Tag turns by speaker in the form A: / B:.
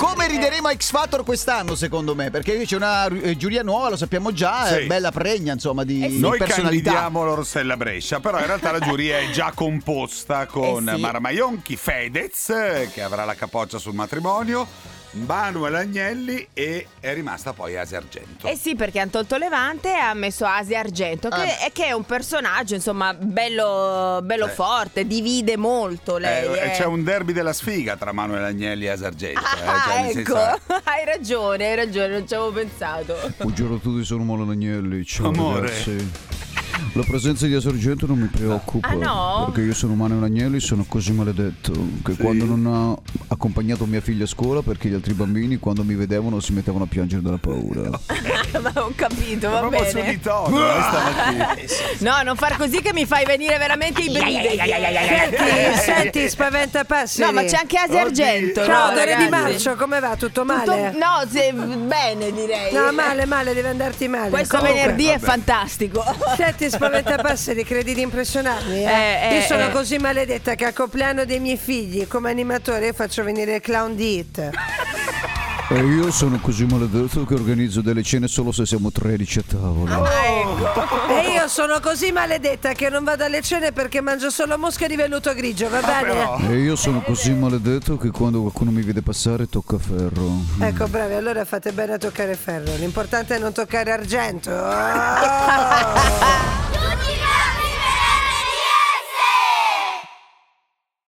A: Eh.
B: rideremo a X Factor quest'anno, secondo me, perché c'è una eh, giuria nuova, lo sappiamo già,
C: Sì.
B: è bella pregna, insomma, di,
A: Eh
B: di
C: Noi
B: personalità.
C: candidiamo la Rossella Brescia, però in realtà la giuria è già composta con
A: Eh sì.
C: Mara Maionchi, Fedez, eh, che avrà la capoccia sul matrimonio, Manuel Agnelli e è rimasta poi Asi Argento.
A: Eh sì, perché hanno tolto Levante e ha messo Asia Argento, che,
B: Ah.
A: è, che è un personaggio, insomma, bello, bello
C: Eh.
A: forte, divide molto lei.
C: Eh,
A: eh.
C: C'è un derby della sfiga tra Manuel Agnelli e Asi Argento. eh,
A: Ah,
C: cioè, nel
A: ecco,
C: senso-
A: hai ragione, hai ragione, non ci avevo pensato.
B: Buongiorno a tutti, sono Mola Agnelli. Ciao
C: Amore.
B: ragazzi. La presenza di Asorgento non mi preoccupa.
A: Ah, no?
B: Perché io sono Manuel Agnelli e sono così maledetto che quando non ho accompagnato mia figlia a scuola perché gli altri bambini quando mi vedevano si mettevano a piangere dalla paura.
A: Ma ho capito, va
C: Proprio su
A: bene.
C: di tono, eh, stamattina.
A: No, non far così che mi fai venire veramente i brividi.
D: Senti, Eh, senti, spaventapasseri.
A: Eh, No, ma c'è anche Asia
C: Oddio.
A: Argento.
D: Ciao,
A: no,
D: Dore Di
A: ragazzi?
D: Marcio, come va? Tutto male?
A: Tutto- no, se- bene direi.
D: No, male, male, deve andarti male.
A: Questo
D: Comunque,
A: venerdì è
C: vabbè.
A: fantastico.
D: Senti, spaventapasseri, credi di impressionarmi? eh?
A: Eh, eh,
D: Io sono
A: eh.
D: così maledetta che al compleanno dei miei figli, come animatore, io faccio venire il clown di Hit.
B: E io sono così maledetto che organizzo delle cene solo se siamo 13 a tavola.
A: Ah, ecco.
D: E io sono così maledetta che non vado alle cene perché mangio solo mosche di velluto grigio, va bene?
C: però.
B: E io sono così maledetto che quando qualcuno mi vede passare tocca ferro.
D: Ecco, bravi, allora Oh! fate bene a toccare ferro. L'importante è non toccare argento.